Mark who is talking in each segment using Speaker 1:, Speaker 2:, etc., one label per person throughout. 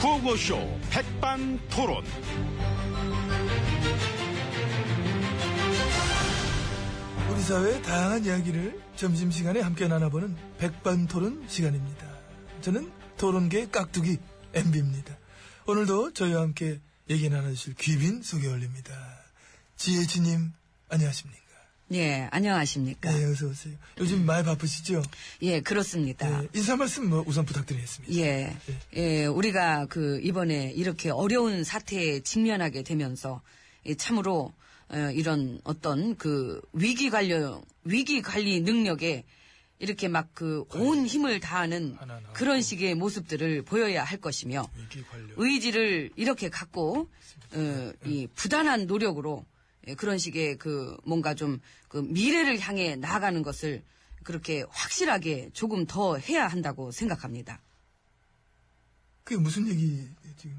Speaker 1: 구호쇼 백반토론.
Speaker 2: 우리 사회의 다양한 이야기를 점심시간에 함께 나눠보는 백반토론 시간입니다. 저는 토론계 깍두기 MB입니다. 오늘도 저희와 함께 얘기 나눠주실 귀빈 소개 올립니다. 지혜진님 안녕하십니까?
Speaker 3: 예, 안녕하십니까.
Speaker 2: 네, 어서 오세요. 요즘 많이 바쁘시죠?
Speaker 3: 예, 그렇습니다.
Speaker 2: 네, 인사 말씀 뭐 우선 부탁드리겠습니다.
Speaker 3: 예, 예, 우리가 그 이번에 이렇게 어려운 사태에 직면하게 되면서 이 참으로 어, 이런 어떤 그 위기 관련 위기 관리 능력에 이렇게 막 그 온 힘을 다하는
Speaker 2: 네. 하나하나. 네.
Speaker 3: 그런 식의 모습들을 보여야 할 것이며
Speaker 2: 위기 관련.
Speaker 3: 의지를 이렇게 갖고 어, 이 부단한 노력으로 예, 그런 식의 그 뭔가 좀 그 미래를 향해 나아가는 것을 그렇게 확실하게 조금 더 해야 한다고 생각합니다.
Speaker 2: 그게 무슨 얘기 지금?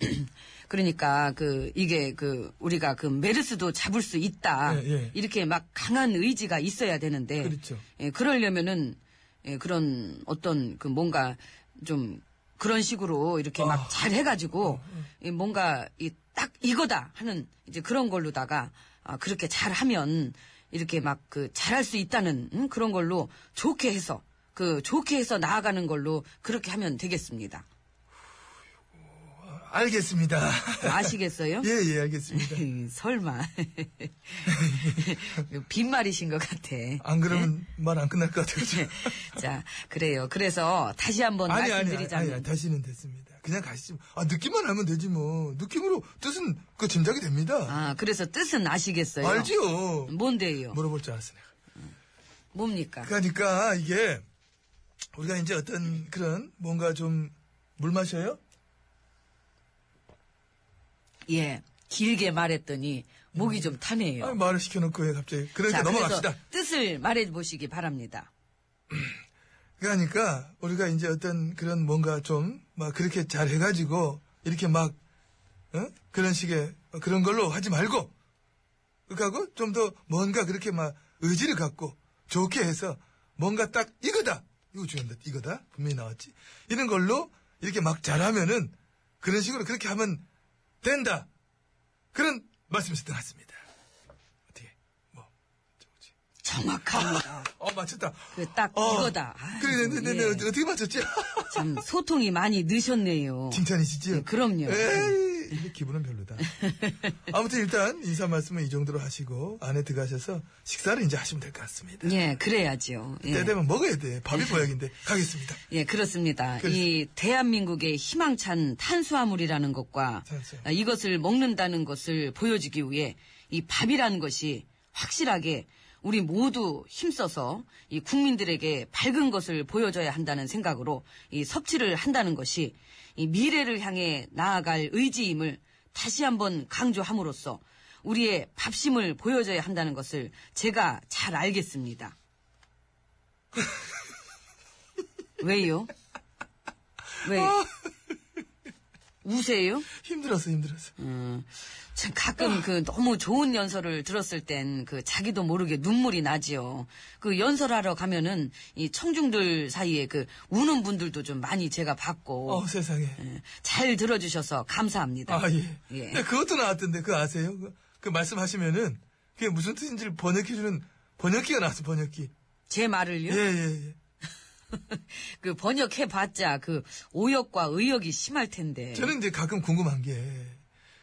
Speaker 2: 무슨-
Speaker 3: 그러니까 그 이게 그 우리가 그 메르스도 잡을 수 있다
Speaker 2: 예, 예.
Speaker 3: 이렇게 막 강한 의지가 있어야 되는데
Speaker 2: 그렇죠.
Speaker 3: 예, 그러려면은 예, 그런 어떤 그 뭔가 좀 그런 식으로 이렇게
Speaker 2: 아. 어.
Speaker 3: 막 잘해가지고 예, 뭔가 이 딱 이거다 하는 이제 그런 걸로다가 아, 그렇게 잘하면 이렇게 막 그 잘할 수 있다는 음, 그런 걸로 좋게 해서 그 좋게 해서 나아가는 걸로 그렇게 하면 되겠습니다.
Speaker 2: 알겠습니다.
Speaker 3: 아시겠어요?
Speaker 2: 예, 예, 알겠습니다.
Speaker 3: 설마 빈말이신 것 같아.
Speaker 2: 안 그러면 말 안 끝날 것 같아요.
Speaker 3: 자 그래요. 그래서 다시 한번
Speaker 2: 아니, 아니, 아니,
Speaker 3: 말씀드리자면
Speaker 2: 아니, 다시는 됐습니다. 그냥 가시죠. 아, 느낌만 알면 되지 뭐. 느낌으로 뜻은 그 짐작이 됩니다.
Speaker 3: 아, 그래서 뜻은 아시겠어요? 뭐,
Speaker 2: 알지요.
Speaker 3: 뭔데요?
Speaker 2: 물어볼 줄 알았어, 내가.
Speaker 3: 뭡니까?
Speaker 2: 그러니까 이게 우리가 이제 어떤 그런 뭔가 좀 물 마셔요?
Speaker 3: 예. 길게 말했더니 목이 좀 타네요.
Speaker 2: 아, 말을 시켜놓고 왜 갑자기. 그러니까
Speaker 3: 예. 자,
Speaker 2: 넘어갑시다.
Speaker 3: 그래서 뜻을 말해 보시기 바랍니다.
Speaker 2: 그러니까 우리가 이제 어떤 그런 뭔가 좀 막 그렇게 잘 해가지고 이렇게 막 어? 그런 식의 그런 걸로 하지 말고 그하고 좀 더 뭔가 그렇게 막 의지를 갖고 좋게 해서 뭔가 딱 이거다 이거 중요한데 이거다 분명히 나왔지 이런 걸로 이렇게 막 잘하면은 그런 식으로 그렇게 하면 된다 그런 말씀이었던 것 같습니다 어떻게 뭐 저거지
Speaker 3: 정확합니다.
Speaker 2: 어 맞췄다
Speaker 3: 아.
Speaker 2: 어.
Speaker 3: 그 딱 이거다. 아이고,
Speaker 2: 그래, 네, 네, 네,
Speaker 3: 예.
Speaker 2: 어떻게 맞췄지?
Speaker 3: 참 소통이 많이 늦으셨네요.
Speaker 2: 칭찬이시지요?
Speaker 3: 네, 그럼요.
Speaker 2: 에이, 이게 기분은 별로다. 아무튼 일단 인사 말씀은 이 정도로 하시고 안에 들어가셔서 식사를 이제 하시면 될 것 같습니다.
Speaker 3: 예, 그래야지요. 예.
Speaker 2: 때 되면 먹어야 돼. 밥이 보약인데 가겠습니다.
Speaker 3: 예, 그렇습니다.
Speaker 2: 그래서-
Speaker 3: 이 대한민국의 희망찬 탄수화물이라는 것과
Speaker 2: 탄수화물.
Speaker 3: 아, 이것을 먹는다는 것을 보여주기 위해 이 밥이라는 것이 확실하게 우리 모두 힘써서 이 국민들에게 밝은 것을 보여줘야 한다는 생각으로 이 섭취를 한다는 것이 이 미래를 향해 나아갈 의지임을 다시 한번 강조함으로써 우리의 밥심을 보여줘야 한다는 것을 제가 잘 알겠습니다. 왜요? 왜? 우세요?
Speaker 2: 힘들었어, 힘들었어.
Speaker 3: 음, 참 가끔 그 너무 좋은 연설을 들었을 땐 그 자기도 모르게 눈물이 나지요. 그 연설하러 가면은 이 청중들 사이에 그 우는 분들도 좀 많이 제가 봤고
Speaker 2: 어, 세상에.
Speaker 3: 예, 잘 들어주셔서 감사합니다.
Speaker 2: 아, 예.
Speaker 3: 예.
Speaker 2: 근데 그것도 나왔던데, 그거 아세요? 그, 그 말씀하시면은 그게 무슨 뜻인지를 번역해주는 번역기가 나왔어, 번역기.
Speaker 3: 제 말을요.
Speaker 2: 예, 예, 예.
Speaker 3: 그 번역해봤자 그 오역과 의역이 심할 텐데.
Speaker 2: 저는 이제 가끔 궁금한 게,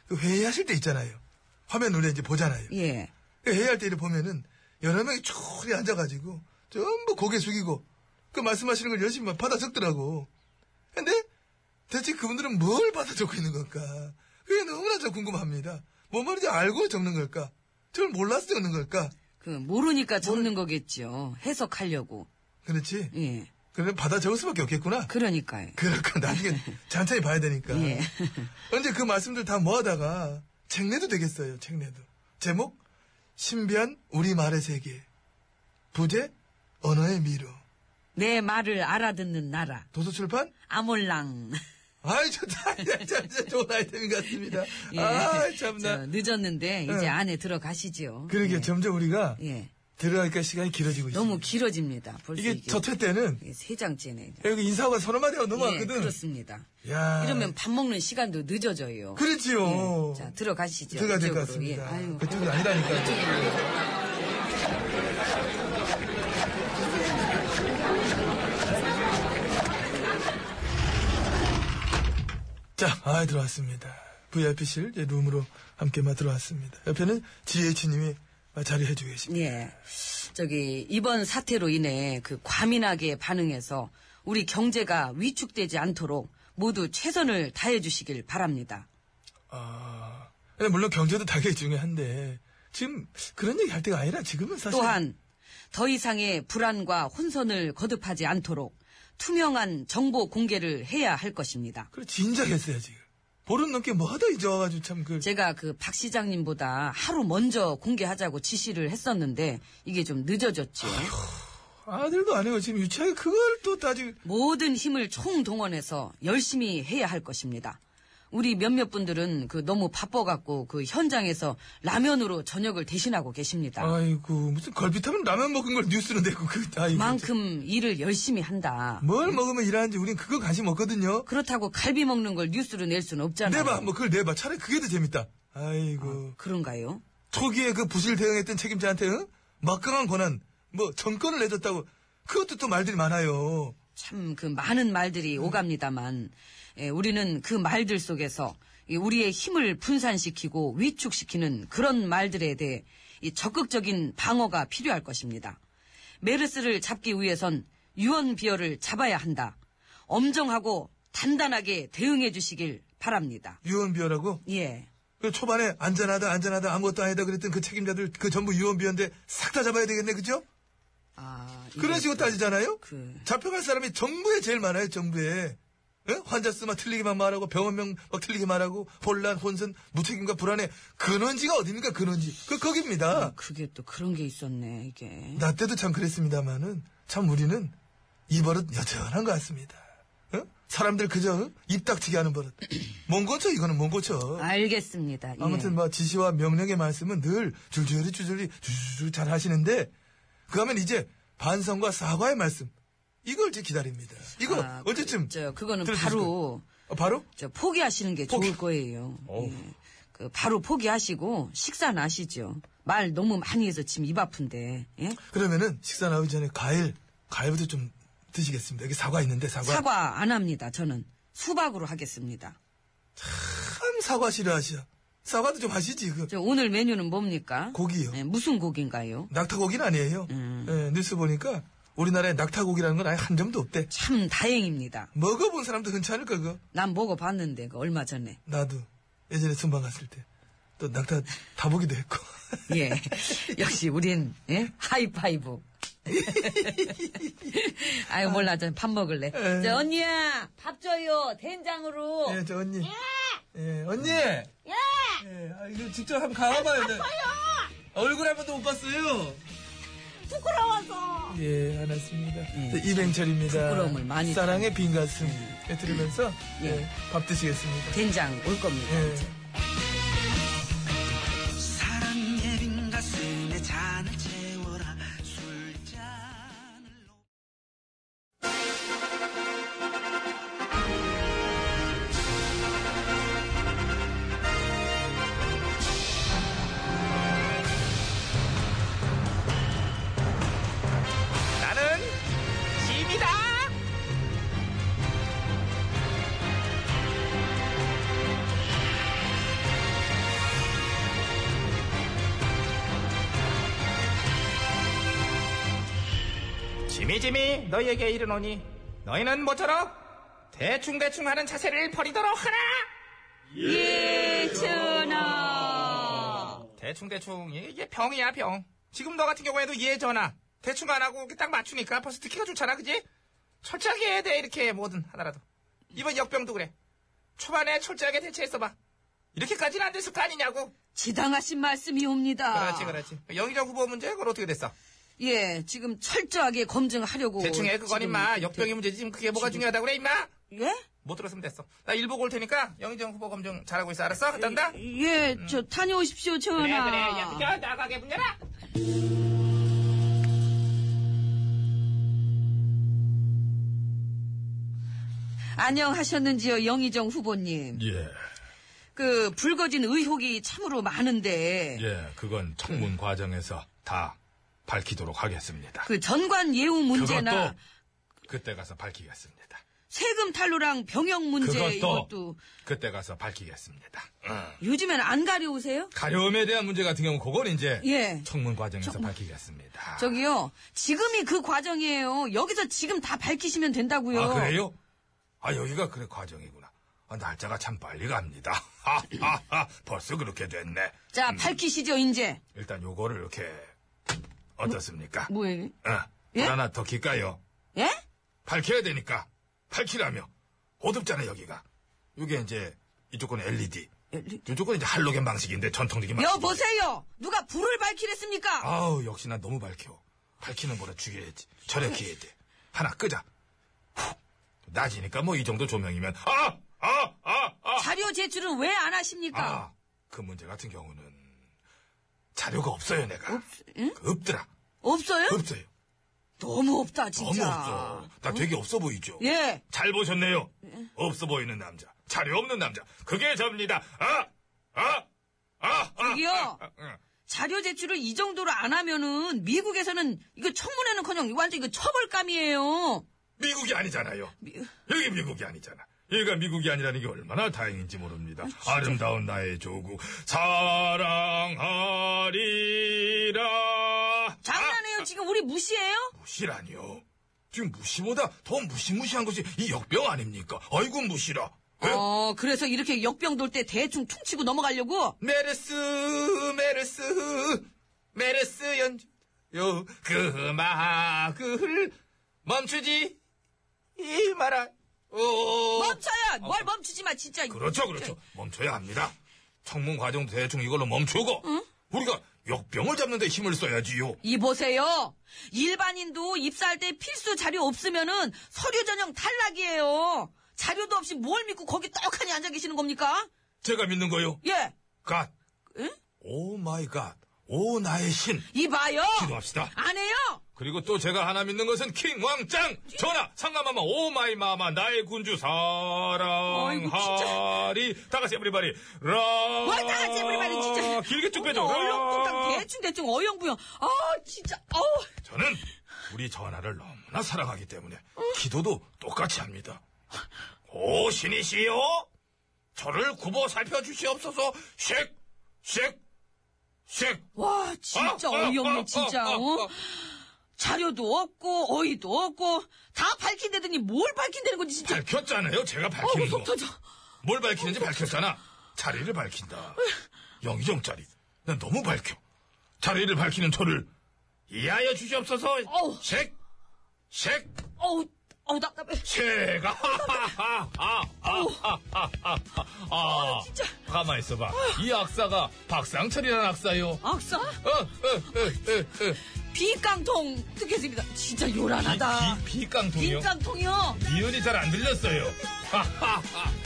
Speaker 2: 그 회의하실 때 있잖아요. 화면 눈에 이제 보잖아요.
Speaker 3: 예.
Speaker 2: 그 회의할 때를 보면은 여러 명이 초리 앉아가지고 전부 고개 숙이고 그 말씀하시는 걸 열심히 막 받아 적더라고. 근데 대체 그분들은 뭘 받아 적고 있는 걸까? 그게 너무나 저 궁금합니다. 뭔 말인지 알고 적는 걸까? 저걸 몰라서 적는 걸까?
Speaker 3: 그 모르니까 적는 거겠죠. 해석하려고.
Speaker 2: 그렇지?
Speaker 3: 예.
Speaker 2: 그러면 받아 적을 수밖에 없겠구나.
Speaker 3: 그러니까요.
Speaker 2: 그럴까 나중에 잔잔히 봐야 되니까.
Speaker 3: 예.
Speaker 2: 언제 그 말씀들 다 모아다가 책 내도 되겠어요. 책 내도. 제목 신비한 우리말의 세계. 부제 언어의 미로.
Speaker 3: 내 말을 알아듣는 나라.
Speaker 2: 도서출판?
Speaker 3: 아몰랑.
Speaker 2: 아이, 좋다. 진짜 좋은 아이템인 것 같습니다.
Speaker 3: 예.
Speaker 2: 아,
Speaker 3: 저
Speaker 2: 참나.
Speaker 3: 늦었는데 이제
Speaker 2: 예.
Speaker 3: 안에 들어가시죠.
Speaker 2: 그러게
Speaker 3: 예.
Speaker 2: 점점 우리가
Speaker 3: 예.
Speaker 2: 들어갈까 시간이 길어지고 있어요.
Speaker 3: 너무 길어집니다. 벌써
Speaker 2: 이게 저퇴 때는
Speaker 3: 이게 예, 세 장째네.
Speaker 2: 여기 인사하고 서너 마디가
Speaker 3: 예,
Speaker 2: 넘어왔거든.
Speaker 3: 그렇습니다.
Speaker 2: 야.
Speaker 3: 이러면 밥 먹는 시간도 늦어져요.
Speaker 2: 아. 그렇지요.
Speaker 3: 예, 자, 들어가시죠.
Speaker 2: 들어가야 될 것
Speaker 3: 이쪽으로.
Speaker 2: 같습니다.
Speaker 3: 예, 아유,
Speaker 2: 그쪽이 아니라니까요.
Speaker 3: 이쪽으로.
Speaker 2: 자, 아, 들어왔습니다. VIP실 이제 룸으로 함께만 들어왔습니다. 옆에는 GH님이 자리해주고 계십니다.
Speaker 3: 예. 저기 이번 사태로 인해 그 과민하게 반응해서 우리 경제가 위축되지 않도록 모두 최선을 다해 주시길 바랍니다.
Speaker 2: 아, 근데 물론 경제도 당연히 중요한데 지금 그런 얘기 할 때가 아니라 지금은 사실
Speaker 3: 또한 더 이상의 불안과 혼선을 거듭하지 않도록 투명한 정보 공개를 해야 할 것입니다.
Speaker 2: 그걸 진작했어요 지금. 보름 넘게 뭐 하다 이제 와가지고 참 그.
Speaker 3: 제가 그 박 시장님보다 하루 먼저 공개하자고 지시를 했었는데 이게 좀 늦어졌죠.
Speaker 2: 아들도 아니고 지금 유치하게 그걸 또 따지고
Speaker 3: 모든 힘을 총동원해서 열심히 해야 할 것입니다. 우리 몇몇 분들은 그 너무 바빠갖고 그 현장에서 라면으로 저녁을 대신하고 계십니다.
Speaker 2: 아이고 무슨 걸핏하면 라면 먹은 걸 뉴스로 내고 그 아이고
Speaker 3: 그만큼 일을 열심히 한다.
Speaker 2: 뭘 먹으면 일하는지 우린 그거 관심 없거든요
Speaker 3: 그렇다고 갈비 먹는 걸 뉴스로 낼 수는 없잖아요. 어.
Speaker 2: 내봐 뭐 그걸 내봐 차라리 그게 더 재밌다 아이고
Speaker 3: 그런가요?
Speaker 2: 초기에 그 부실 대응했던 책임자한테 응? 막강한 권한 뭐 정권을 내줬다고 그것도 또 말들이 많아요
Speaker 3: 참 그 많은
Speaker 2: 네.
Speaker 3: 말들이 오갑니다만 예, 우리는 그 말들 속에서 이 우리의 힘을 분산시키고 위축시키는 그런 말들에 대해 이 적극적인 방어가 필요할 것입니다. 메르스를 잡기 위해선 유언비어를 잡아야 한다. 엄정하고 단단하게 대응해 주시길 바랍니다.
Speaker 2: 유언비어라고
Speaker 3: 예.
Speaker 2: 그 초반에 안전하다 안전하다 아무것도 아니다 그랬던 그 책임자들 그 전부 유언비어인데 싹 다 잡아야 되겠네 그죠?
Speaker 3: 아, 이게
Speaker 2: 그런 식으로 따지잖아요.
Speaker 3: 그-
Speaker 2: 잡혀갈 사람이 정부에 제일 많아요, 정부에. 예? 환자 수만 틀리게만 말하고 병원명 막 틀리게 말하고 혼란, 혼선, 무책임과 불안의 근원지가 어딥니까? 근원지. 그 거기입니다.
Speaker 3: 그게 또 그런 게 있었네, 이게.
Speaker 2: 나 때도 참 그랬습니다만은 참 우리는 이 버릇 여전한 것 같습니다. 어? 사람들 그저 어? 입 닥치게 하는 버릇. 못 고쳐 이거는 못 고쳐.
Speaker 3: 알겠습니다. 예.
Speaker 2: 아무튼 뭐 지시와 명령의 말씀은 늘 줄줄이 줄줄이 줄줄이 잘 하시는데 그하면 이제 반성과 사과의 말씀 이걸 이제 기다립니다. 이거
Speaker 3: 아, 그-
Speaker 2: 언제쯤
Speaker 3: 저, 그거는
Speaker 2: 들으실
Speaker 3: 바로
Speaker 2: 어, 바로
Speaker 3: 저 포기하시는 게
Speaker 2: 포기.
Speaker 3: 좋을 거예요. 예. 그 바로 포기하시고 식사는 하시죠. 말 너무 많이 해서 지금 입 아픈데. 예?
Speaker 2: 그러면은 식사 나오기 전에 과일 과일부터 좀 드시겠습니다. 여기 사과 있는데 사과
Speaker 3: 사과 안 합니다. 저는 수박으로 하겠습니다.
Speaker 2: 참 사과 싫어하시죠. 사과도 좀 하시지 그
Speaker 3: 저 오늘 메뉴는 뭡니까?
Speaker 2: 고기요.
Speaker 3: 예, 무슨 고기인가요?
Speaker 2: 낙타고기는 아니에요.
Speaker 3: 음.
Speaker 2: 예, 뉴스 보니까 우리나라에 낙타고기라는 건 아예 한 점도 없대.
Speaker 3: 참 다행입니다.
Speaker 2: 먹어본 사람도 흔치 않을 걸 그거.
Speaker 3: 난 먹어봤는데 그 얼마 전에.
Speaker 2: 나도 예전에 순방 갔을 때 또 낙타 다 보기도 했고.
Speaker 3: 예. 역시 우린 예? 하이파이브. 아유 몰라 전 밥 먹을래.
Speaker 2: 에.
Speaker 3: 저 언니야 밥 줘요 된장으로.
Speaker 2: 예, 저 언니. 예, 언니. 예. 아, 이거 직접 한번 가봐봐요. 나 얼굴 한 번도 못 봤어요. 부끄러워서. 예, 알았습니다. 저 이병철입니다.
Speaker 3: 음. 부끄러움을 많이
Speaker 2: 사랑의 빈 가슴 예, 들으면서
Speaker 3: 예.
Speaker 2: 예, 밥 드시겠습니다.
Speaker 3: 된장 올 겁니다.
Speaker 2: 예.
Speaker 4: 사랑의 빈 가슴에 잔을 채워라 술잔을 놓-
Speaker 1: 나는 짐이다. 짐이 짐이 너희에게 이르노니 너희는 모처럼 대충 대충 하는 자세를 버리도록 하라.
Speaker 3: 예천아.
Speaker 1: 대충 대충 이게 병이야 병. 지금 너 같은 경우에도 예전화 대충 안 하고 이렇게 딱 맞추니까 벌써 듣기가 좋잖아 그지? 철저하게 해야 돼 이렇게 뭐든 하나라도 이번 역병도 그래 초반에 철저하게 대처했어봐 이렇게까지는 안 됐을 거 아니냐고
Speaker 3: 지당하신 말씀이옵니다.
Speaker 1: 그렇지 그렇지 영의정 후보 문제 그건 어떻게 됐어?
Speaker 3: 예, 지금 철저하게 검증하려고.
Speaker 1: 대충 해 그건
Speaker 3: 지금
Speaker 1: 임마
Speaker 3: 그-
Speaker 1: 역병이 문제지 지금 그게 뭐가 중요하다고 그래 임마
Speaker 3: 예?
Speaker 1: 못 들었으면 됐어 나 일보고 올 테니까 영의정 후보 검증 잘하고 있어 알았어? 간단다?
Speaker 3: 예, 저 다녀오십시오,
Speaker 1: 음. 그래
Speaker 3: 전하.
Speaker 1: 그래 야, 야 나가게 문 열어
Speaker 3: 안녕하셨는지요, 영희정 후보님.
Speaker 2: 예,
Speaker 3: 그 불거진 의혹이 참으로 많은데
Speaker 2: 예, 그건
Speaker 1: 음.
Speaker 2: 청문 과정에서 다 밝히도록 하겠습니다.
Speaker 3: 그 전관 예우 문제나
Speaker 2: 그것도 그때 가서 밝히겠습니다.
Speaker 3: 세금 탈루랑 병역 문제
Speaker 2: 그것도
Speaker 3: 이것도
Speaker 2: 그때 가서 밝히겠습니다. 어.
Speaker 3: 요즘엔 안 가려우세요?
Speaker 2: 가려움에 대한 문제 같은 경우 그건 이제
Speaker 3: 예.
Speaker 2: 청문 과정에서 밝히겠습니다.
Speaker 3: 저기요, 지금이 그 과정이에요. 여기서 지금 다 밝히시면 된다고요.
Speaker 2: 아 그래요? 아 여기가 그래 과정이구나. 아, 날짜가 참 빨리 갑니다. 하하하 벌써 그렇게 됐네.
Speaker 3: 자, 밝히시죠, 이제.
Speaker 2: 일단 요거를 이렇게 어떻습니까?
Speaker 3: 뭐예요?
Speaker 2: 어,
Speaker 3: 예?
Speaker 2: 하나 더 킬까요?
Speaker 3: 예?
Speaker 2: 밝혀야 되니까 밝히라며 어둡잖아 여기가. 이게 이제 이쪽 건 LED. 이쪽 건 이제 할로겐 방식인데 전통적인 방식.
Speaker 3: 여보세요! 누가 불을 밝히랬습니까?
Speaker 2: 아우 역시 난 너무 밝혀. 밝히는 거라 죽여야지. 절약해야 돼. 하나 끄자. 후. 낮이니까 뭐 이 정도 조명이면 아! 아! 아! 아!
Speaker 3: 자료 제출은 왜 안
Speaker 2: 아!
Speaker 3: 하십니까?
Speaker 2: 그 문제 같은 경우는 자료가 없어요 내가. 없, 예? 없더라.
Speaker 3: 없어요?
Speaker 2: 없어요.
Speaker 3: 너무 없다,
Speaker 2: 그 너무
Speaker 3: 진짜.
Speaker 2: 없어. 나 되게 없어 보이죠?
Speaker 3: 예.
Speaker 2: 잘 보셨네요. 없어 보이는 남자. 자료 없는 남자. 그게 접니다. 아! 아! 아! 아!
Speaker 3: 저기요.
Speaker 2: 아, 아, 아.
Speaker 3: 자료 제출을 이 정도로 안 하면은 미국에서는 이거 청문회는커녕 이거 완전 이거 처벌감이에요.
Speaker 2: 미국이 아니잖아요. 여기 미국이 아니잖아. 얘가 미국이 아니라는 게 얼마나 다행인지 모릅니다. 아, 름다운 나의 조국 사랑하리라. 아.
Speaker 3: 장난해요. 지금 우리 무시해요?
Speaker 2: 무시라니요. 지금 무시보다 더 무시무시한 것이 이 역병 아닙니까? 아이고 무시라. 예? 에?
Speaker 3: 어, 그래서 이렇게 역병 돌 때 대충 퉁치고 넘어가려고
Speaker 5: 메르스 메르스 메르스 연주 요그 음악을 멈추지 이 마라 오
Speaker 3: 멈춰야 뭘 멈추지 마 진짜.
Speaker 2: 어. 그렇죠, 그렇죠. 멈춰야 합니다. 청문 과정 대충 이걸로 멈추고 우리가 역병을 잡는데 힘을 써야지요.
Speaker 3: 이 보세요. 일반인도 입사할 때 필수 자료 없으면은 서류 전형 탈락이에요. 자료도 없이 뭘 믿고 거기 떡하니 앉아 계시는 겁니까?
Speaker 2: 제가 믿는 거요.
Speaker 3: 예.
Speaker 2: 갓. 오 마이 갓. 오 나의 신.
Speaker 3: 이봐요.
Speaker 2: 기도합시다.
Speaker 3: 안 해요.
Speaker 2: 그리고 또 제가 하나 믿는 것은 킹, 왕, 짱, 전하, 상가마마, 오마이 마마, 나의 군주,
Speaker 3: 아이고, 진짜.
Speaker 2: 사랑하리. 다 같이 에브리바리. 라.
Speaker 3: 와, 다 같이 해버리면 진짜.
Speaker 2: 어, 길게 쭉 빼줘.
Speaker 3: 얼렁뚱땅
Speaker 2: 라.
Speaker 3: 대충대충 어영부영. 아, 진짜. 아우.
Speaker 2: 저는 우리 전하를 너무나 사랑하기 때문에 기도도 똑같이 합니다. 오 신이시여, 저를 굽어 살펴주시옵소서. 쉑, 쉑, 쉑.
Speaker 3: 와, 진짜
Speaker 2: 아, 아,
Speaker 3: 어이없네,
Speaker 2: 아,
Speaker 3: 진짜.
Speaker 2: 아, 아,
Speaker 3: 어?
Speaker 2: 아.
Speaker 3: 자료도 없고, 어이도 없고, 다 밝힌다더니 뭘 밝힌다는 건지 진짜.
Speaker 2: 밝혔잖아요. 제가 밝힌
Speaker 3: 어우,
Speaker 2: 거.
Speaker 3: 속 터져.
Speaker 2: 뭘 밝히는지 밝혔잖아. 자리를 밝힌다. 영희정 자리. 난 너무 밝혀. 자리를 밝히는 저를 이하여 주시옵소서.
Speaker 3: 어우.
Speaker 2: 색, 색,
Speaker 3: 어우, 어우, 답답해.
Speaker 2: 색. 아, 아, 아, 아, 아, 아, 아.
Speaker 3: 진짜.
Speaker 2: 가만 있어봐. 이 악사가 박상철이라는 악사요. 어,
Speaker 3: 악사?
Speaker 2: 어, 어, 어, 어.
Speaker 3: 비깡통 뜯겠습니다. 진짜 요란하다.
Speaker 2: 비, 비, 비깡통이요.
Speaker 3: 빈깡통이요?
Speaker 2: 니은이 잘 안 들렸어요.